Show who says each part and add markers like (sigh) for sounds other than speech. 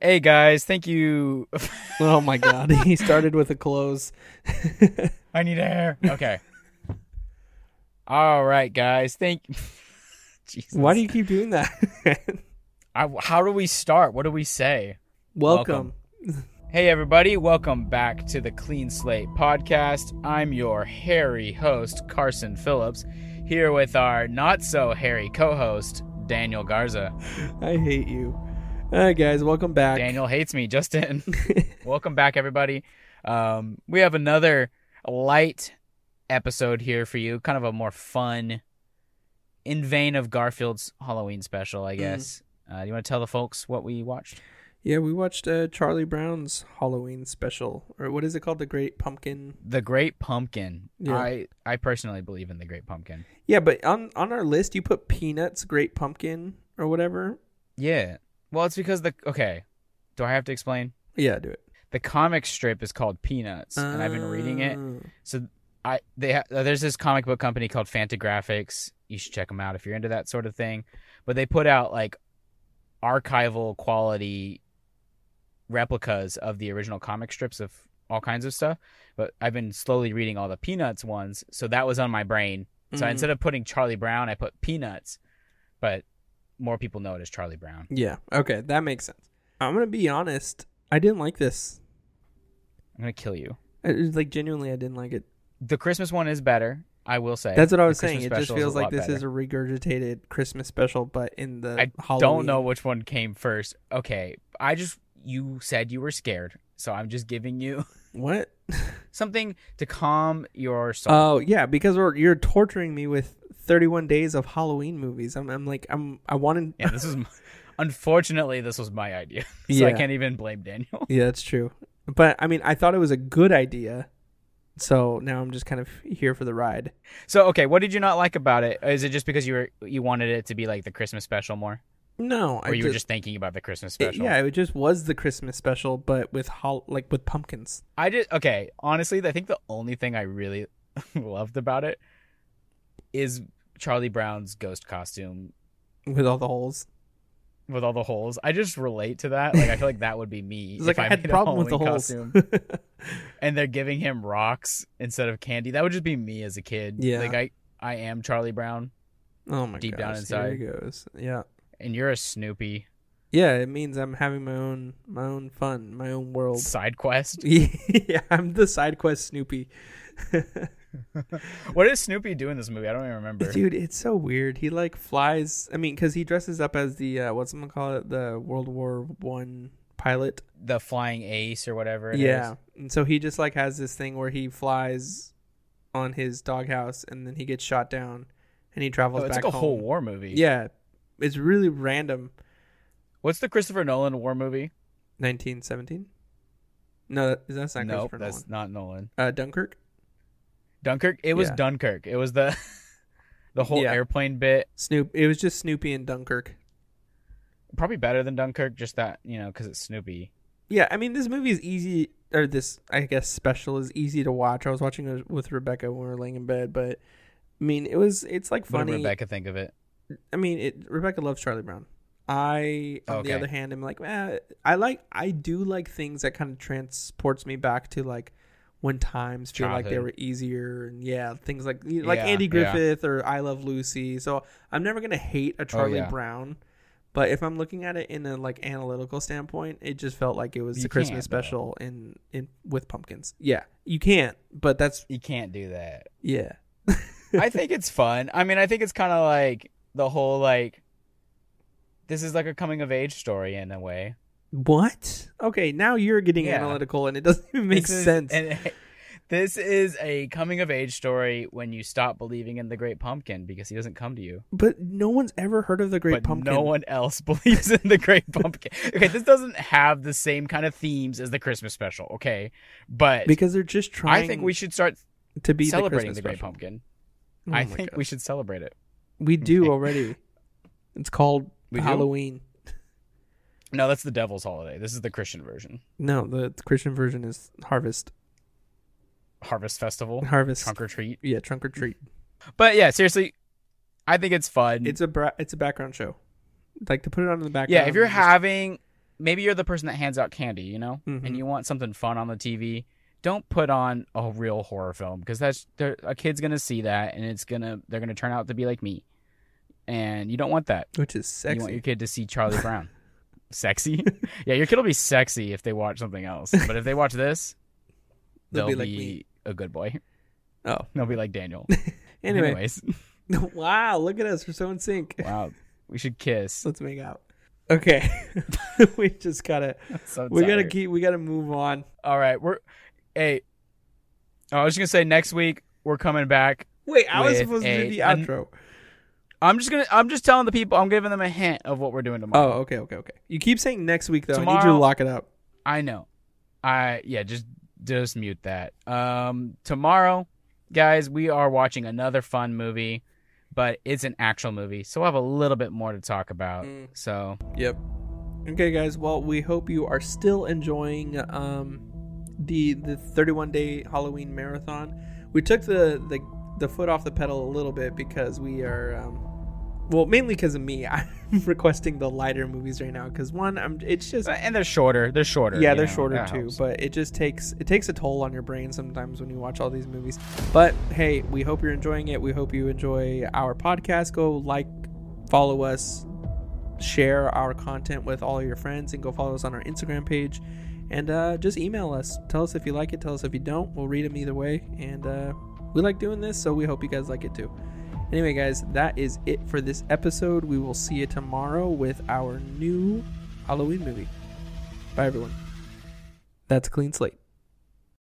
Speaker 1: Hey guys, thank you. (laughs)
Speaker 2: Oh my god, (laughs) he started with a close. (laughs)
Speaker 1: I need air. Okay. (laughs) All right, guys. Thank. (laughs) Jesus.
Speaker 2: Why do you keep doing (laughs) that? Welcome.
Speaker 1: I, how do we start? What do we say? Hey, everybody. Welcome back to the Clean Slate podcast. I'm your hairy host, Carson Phillips, here with our not so hairy co host, Daniel Garza.
Speaker 2: I hate you. All right, guys, welcome back.
Speaker 1: Daniel hates me,
Speaker 2: (laughs)
Speaker 1: Justin. Welcome back, everybody. Um, we have another light episode here for you, kind of a more fun, in vein of Garfield's Halloween special,
Speaker 2: Mm.
Speaker 1: I guess. Uh, do you want to tell the folks what we watched?
Speaker 2: yeah, we watched uh, Charlie Brown's Halloween special, or what is it called? The Great Pumpkin.
Speaker 1: The Great Pumpkin.
Speaker 2: Yeah.
Speaker 1: I I personally believe in the Great Pumpkin.
Speaker 2: Yeah, but on on our list, you put Peanuts Great Pumpkin or whatever.
Speaker 1: Yeah. Well, it's because the okay. Do I have to explain?
Speaker 2: Yeah, do it.
Speaker 1: The comic strip is called Peanuts, and I've been reading it.
Speaker 2: Oh.
Speaker 1: So I they ha- uh, there's this comic book company called Fantagraphics. You should check them out if you're into that sort of thing. But they put out like archival quality replicas of the original comic strips of all kinds of stuff. But I've been slowly reading all the Peanuts ones, so that was on my brain. So
Speaker 2: Mhm.
Speaker 1: instead of putting Charlie Brown, I put Peanuts. But more people know it as Charlie Brown.
Speaker 2: Yeah. Okay, that makes sense. I'm gonna be honest. I didn't like this.
Speaker 1: I'm gonna kill you.
Speaker 2: I, like genuinely, I didn't like it.
Speaker 1: The Christmas one is better. I will say
Speaker 2: That's what I
Speaker 1: The
Speaker 2: was saying.
Speaker 1: Christmas
Speaker 2: It just
Speaker 1: special is a
Speaker 2: feels like
Speaker 1: lot
Speaker 2: this
Speaker 1: better.
Speaker 2: is a regurgitated Christmas special, but in the
Speaker 1: I
Speaker 2: Halloween.
Speaker 1: don't know which one came first. Okay, I just you said you were scared, so I'm just giving you (laughs)
Speaker 2: what.
Speaker 1: something to calm your soul.
Speaker 2: Oh yeah, because we're, you're torturing me with 31 days of Halloween movies. I'm, I'm like I'm I wanted.
Speaker 1: yeah, this is my- unfortunately this was my idea, (laughs) so I
Speaker 2: Yeah.
Speaker 1: can't even blame Daniel. (laughs)
Speaker 2: Yeah, that's true. But I mean, I thought it was a good idea, so now I'm just kind of here for the ride.
Speaker 1: So okay, what did you not like about it? Is it just because you were you wanted it to be like the Christmas special more,
Speaker 2: No, I
Speaker 1: or you
Speaker 2: just,
Speaker 1: were just thinking about the Christmas
Speaker 2: it-
Speaker 1: special?
Speaker 2: yeah, it just was the Christmas special, but with hol- like with pumpkins.
Speaker 1: I did. Okay, honestly, I think the only thing I really (laughs) loved about it is Charlie Brown's ghost costume
Speaker 2: with all the holes.
Speaker 1: with all the holes. I just relate to that. Like I feel like that would be me.
Speaker 2: (laughs) It's like I had
Speaker 1: made a
Speaker 2: a problem with the
Speaker 1: Halloween
Speaker 2: holes.
Speaker 1: costume and they're giving him rocks instead of candy. That would just be me as a kid.
Speaker 2: Yeah.
Speaker 1: Like I I am Charlie Brown
Speaker 2: (laughs) oh my
Speaker 1: Deep
Speaker 2: gosh,
Speaker 1: down
Speaker 2: There he goes. Yeah.
Speaker 1: and you're a Snoopy
Speaker 2: Yeah, it means I'm having my own my own fun, my own world.
Speaker 1: side quest. (laughs)
Speaker 2: (laughs) yeah, I'm the side quest Snoopy. (laughs)
Speaker 1: What does Snoopy do in this movie? I don't even remember.
Speaker 2: Dude, it's so weird. He like flies. I mean, because he dresses up as the uh, what's gonna call it, the World War One pilot.
Speaker 1: the flying ace or whatever. it
Speaker 2: yeah,
Speaker 1: is.
Speaker 2: and so he just like has this thing where he flies on his doghouse, and then he gets shot down, and he
Speaker 1: Oh,
Speaker 2: travels
Speaker 1: it's
Speaker 2: back
Speaker 1: like a
Speaker 2: home.
Speaker 1: whole war movie.
Speaker 2: yeah, it's really random.
Speaker 1: What's the Christopher Nolan war movie?
Speaker 2: 1917? No, that- that's not
Speaker 1: no,
Speaker 2: Christopher
Speaker 1: that's not Nolan.
Speaker 2: Nolan. Uh, Dunkirk.
Speaker 1: Dunkirk. It was
Speaker 2: Yeah.
Speaker 1: Dunkirk. It was the (laughs) the whole
Speaker 2: Yeah.
Speaker 1: airplane bit.
Speaker 2: Snoop. It was just Snoopy and Dunkirk.
Speaker 1: Probably better than Dunkirk. Just that you know because it's Snoopy.
Speaker 2: Yeah, I mean this movie is easy, or this I guess special is easy to watch. I was watching it with Rebecca when we were laying in bed, but I mean it was it's like
Speaker 1: What did
Speaker 2: funny.
Speaker 1: Rebecca think of it?
Speaker 2: I mean it. Rebecca loves Charlie Brown. I on
Speaker 1: Okay.
Speaker 2: the other hand am like, eh, I like I do like things that kind of transports me back to like when times feel like they
Speaker 1: Childhood.
Speaker 2: were easier and yeah things like like
Speaker 1: Yeah,
Speaker 2: Andy
Speaker 1: yeah.
Speaker 2: Griffith or I Love Lucy. So I'm never gonna hate a Charlie
Speaker 1: yeah.
Speaker 2: Brown. But if I'm looking at it in a like analytical standpoint, it just felt like it was
Speaker 1: You
Speaker 2: the Christmas
Speaker 1: can't, though.
Speaker 2: special in in with pumpkins. Yeah, you can't. But that's
Speaker 1: You can't do that.
Speaker 2: yeah.
Speaker 1: I think it's fun. I mean, I think it's kind of like the whole like this is like a coming of age story in a way.
Speaker 2: What? Okay, now you're getting
Speaker 1: Yeah.
Speaker 2: analytical, and it doesn't even make
Speaker 1: This is-
Speaker 2: sense.
Speaker 1: And (laughs) this is a coming of age story when you stop believing in the Great Pumpkin because he doesn't come to you.
Speaker 2: but no one's ever heard of the Great
Speaker 1: but
Speaker 2: Pumpkin.
Speaker 1: no one else (laughs) believes in the Great Pumpkin. Okay, this doesn't have the same kind of themes as the Christmas special. Okay, but
Speaker 2: because they're just trying.
Speaker 1: I think we should start
Speaker 2: to be
Speaker 1: celebrating
Speaker 2: the, Christmas
Speaker 1: the Great
Speaker 2: special.
Speaker 1: Pumpkin.
Speaker 2: Oh
Speaker 1: I
Speaker 2: my
Speaker 1: think
Speaker 2: God.
Speaker 1: we should celebrate it.
Speaker 2: we
Speaker 1: (laughs)
Speaker 2: do already. It's called
Speaker 1: We do?
Speaker 2: Halloween.
Speaker 1: No, that's the Devil's Holiday. This is the Christian version.
Speaker 2: No, the, the Christian version is Harvest.
Speaker 1: Harvest
Speaker 2: (laughs)
Speaker 1: Festival,
Speaker 2: Harvest.
Speaker 1: trunk or treat.
Speaker 2: yeah, trunk or treat.
Speaker 1: But yeah, seriously, I think it's fun.
Speaker 2: It's a bra- it's a background show. Like to put it on in the background.
Speaker 1: Mm. yeah, if you're
Speaker 2: just-
Speaker 1: having maybe you're the person that hands out candy, you know,
Speaker 2: Mhm.
Speaker 1: and you want something fun on the TV. Don't put on a real horror film because that's there- a kid's gonna see that and it's gonna they're gonna turn out to be like me, and you don't want that.
Speaker 2: which is
Speaker 1: You want
Speaker 2: sexy.
Speaker 1: your kid to see Charlie
Speaker 2: (laughs)
Speaker 1: Brown, sexy. yeah, your kid will be sexy if they watch something else, but if they watch this,
Speaker 2: (laughs) They'll
Speaker 1: they'll,
Speaker 2: be
Speaker 1: be,
Speaker 2: like me.
Speaker 1: a good boy.
Speaker 2: Oh.
Speaker 1: (laughs) they'll be like Daniel.
Speaker 2: (laughs) Anyway, (laughs)
Speaker 1: Anyways,
Speaker 2: wow, look at us. We're so in sync. (laughs)
Speaker 1: wow, we should kiss.
Speaker 2: Let's make out. Okay, (laughs) we just gotta.
Speaker 1: (laughs) So
Speaker 2: We gotta
Speaker 1: tired.
Speaker 2: keep. We gotta move on.
Speaker 1: All right, we're hey. Oh, I was just gonna say next week we're coming back.
Speaker 2: Wait, I was
Speaker 1: With
Speaker 2: supposed to do
Speaker 1: a-
Speaker 2: the
Speaker 1: an-
Speaker 2: outro.
Speaker 1: I'm just gonna. I'm just telling the people. I'm giving them a hint of what we're doing tomorrow.
Speaker 2: Oh, okay, okay, okay. You keep saying next week though. I need you to
Speaker 1: Tomorrow-
Speaker 2: lock it up.
Speaker 1: I know. I yeah. Just just mute that. Um, tomorrow, guys, we are watching another fun movie, but it's an actual movie, so we'll have a little bit more to talk about.
Speaker 2: Mm.
Speaker 1: So
Speaker 2: Yep. Okay, guys. Well, we hope you are still enjoying um, the the 31 day Halloween marathon. We took the, the the foot off the pedal a little bit because we are, um, well, mainly because of me. (laughs) I'm requesting the lighter movies right now because one, I'm it's just
Speaker 1: and they're shorter. They're shorter.
Speaker 2: yeah,
Speaker 1: you
Speaker 2: they're
Speaker 1: know,
Speaker 2: shorter
Speaker 1: that
Speaker 2: too,
Speaker 1: helps.
Speaker 2: but it just takes it takes a toll on your brain sometimes when you watch all these movies. But hey, we hope you're enjoying it. We hope you enjoy our podcast. Go like, follow us, share our content with all your friends, and go follow us on our Instagram page. And uh, just email us. Tell us if you like it. Tell us if you don't. We'll read them either way. And uh, we like doing this, so we hope you guys like it too. Anyway, guys, that is it for this episode. We will see you tomorrow with our new Halloween movie. Bye, everyone. That's a clean slate.